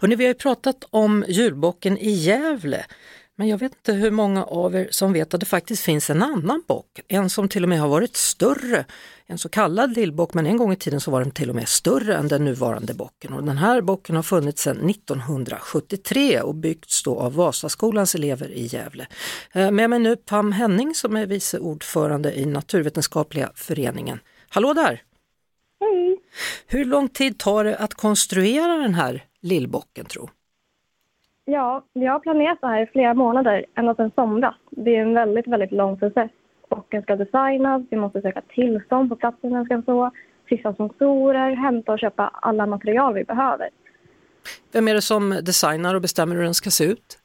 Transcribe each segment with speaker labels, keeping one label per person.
Speaker 1: Hörrni, vi har ju pratat om julbocken i Gävle, men jag vet inte hur många av er som vet att det faktiskt finns en annan bock, en som till och med har varit större, en så kallad lillbock, men en gång i tiden så var den till och med större än den nuvarande bocken. Och den här bocken har funnits sedan 1973 och byggts då av Vasaskolans elever i Gävle. Eh, Med mig nu Pam Henning som är vice ordförande i Naturvetenskapliga föreningen. Hallå där! Hur lång tid tar det att konstruera den här lillbocken tro?
Speaker 2: Ja, jag har planerat det här i flera månader, ända sedan somras. Det är en väldigt, väldigt lång process. Bocken ska designas, vi måste söka tillstånd på platsen den ska stå, fixa sponsorer, hämta och köpa alla material vi behöver.
Speaker 1: Vem är det som designar och bestämmer hur den ska se ut?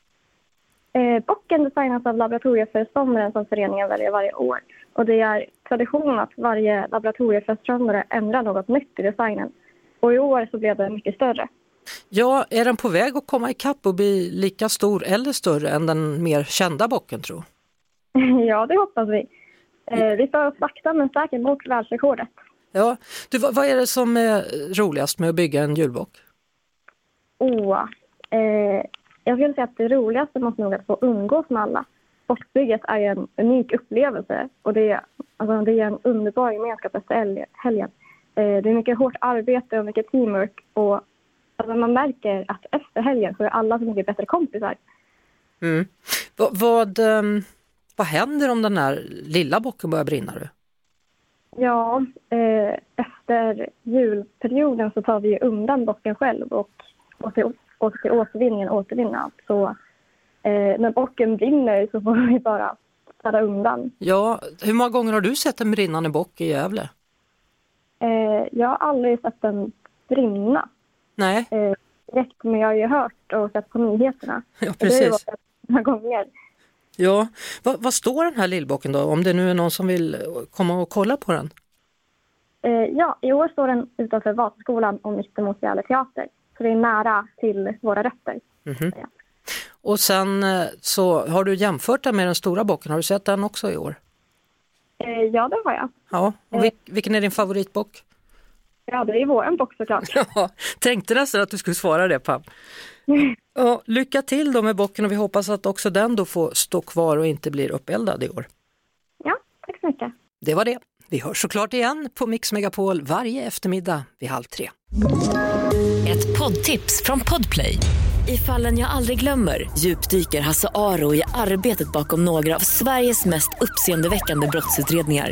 Speaker 2: Eh, bocken designas av laboratorieföreståndaren som föreningen väljer varje år. Och det är tradition att varje laboratorieföreståndare ändrar något nytt i designen. Och i år så blev den mycket större.
Speaker 1: Ja, är den på väg att komma ikapp och bli lika stor eller större än den mer kända bocken tro?
Speaker 2: ja, det hoppas vi. Eh, vi för oss sakta men säkert mot världsrekordet.
Speaker 1: Ja, du, vad, vad är det som är roligast med att bygga en julbock?
Speaker 2: Åh, eh, jag skulle säga att det roligaste måste nog att få umgås med alla. Sportbygget är ju en unik upplevelse och det är, alltså, det är en underbar gemenskap efter helg- helgen. Eh, det är mycket hårt arbete och mycket teamwork och alltså, man märker att efter helgen så är alla så mycket bättre kompisar.
Speaker 1: Mm. Va, vad, ehm, vad händer om den här lilla bocken börjar brinna? Du?
Speaker 2: Ja, eh, efter julperioden så tar vi ju undan bocken själv och åker, åker till återvinningen och återvinner allt. Så eh, när bocken brinner så får vi bara städa undan.
Speaker 1: Ja, hur många gånger har du sett en brinnande bock i Gävle?
Speaker 2: Eh, jag har aldrig sett den brinna
Speaker 1: Nej,
Speaker 2: eh, direkt, men jag har ju hört och sett på nyheterna.
Speaker 1: ja
Speaker 2: Och Det har ju
Speaker 1: precis.
Speaker 2: varit några gånger.
Speaker 1: Ja. Va, vad står den här lillbocken då, om det nu är någon som vill eh, komma och kolla på den?
Speaker 2: Eh, ja, i år står den utanför Vasaskolan och mittemot Gävle Teater. Så det är nära till våra rötter.
Speaker 1: Mhm. Och sen eh, så har du jämfört den med den stora bocken, har du sett den också i år?
Speaker 2: Eh, ja, det har jag.
Speaker 1: Ja, och vil, vilken är din favoritbock?
Speaker 2: Ja, det är våran bock såklart.
Speaker 1: Ja, tänkte nästan att du skulle svara det Pam. Ja, lycka till då med bocken och vi hoppas att också den då får stå kvar och inte blir uppeldad i år.
Speaker 2: Ja, tack så mycket.
Speaker 1: Det var det. Vi hörs såklart igen på Mix Megapol varje eftermiddag vid halv tre.
Speaker 3: Ett poddtips från Podplay. I fallen jag aldrig glömmer djupdyker Hasse Aro i arbetet bakom några av Sveriges mest uppseendeväckande brottsutredningar.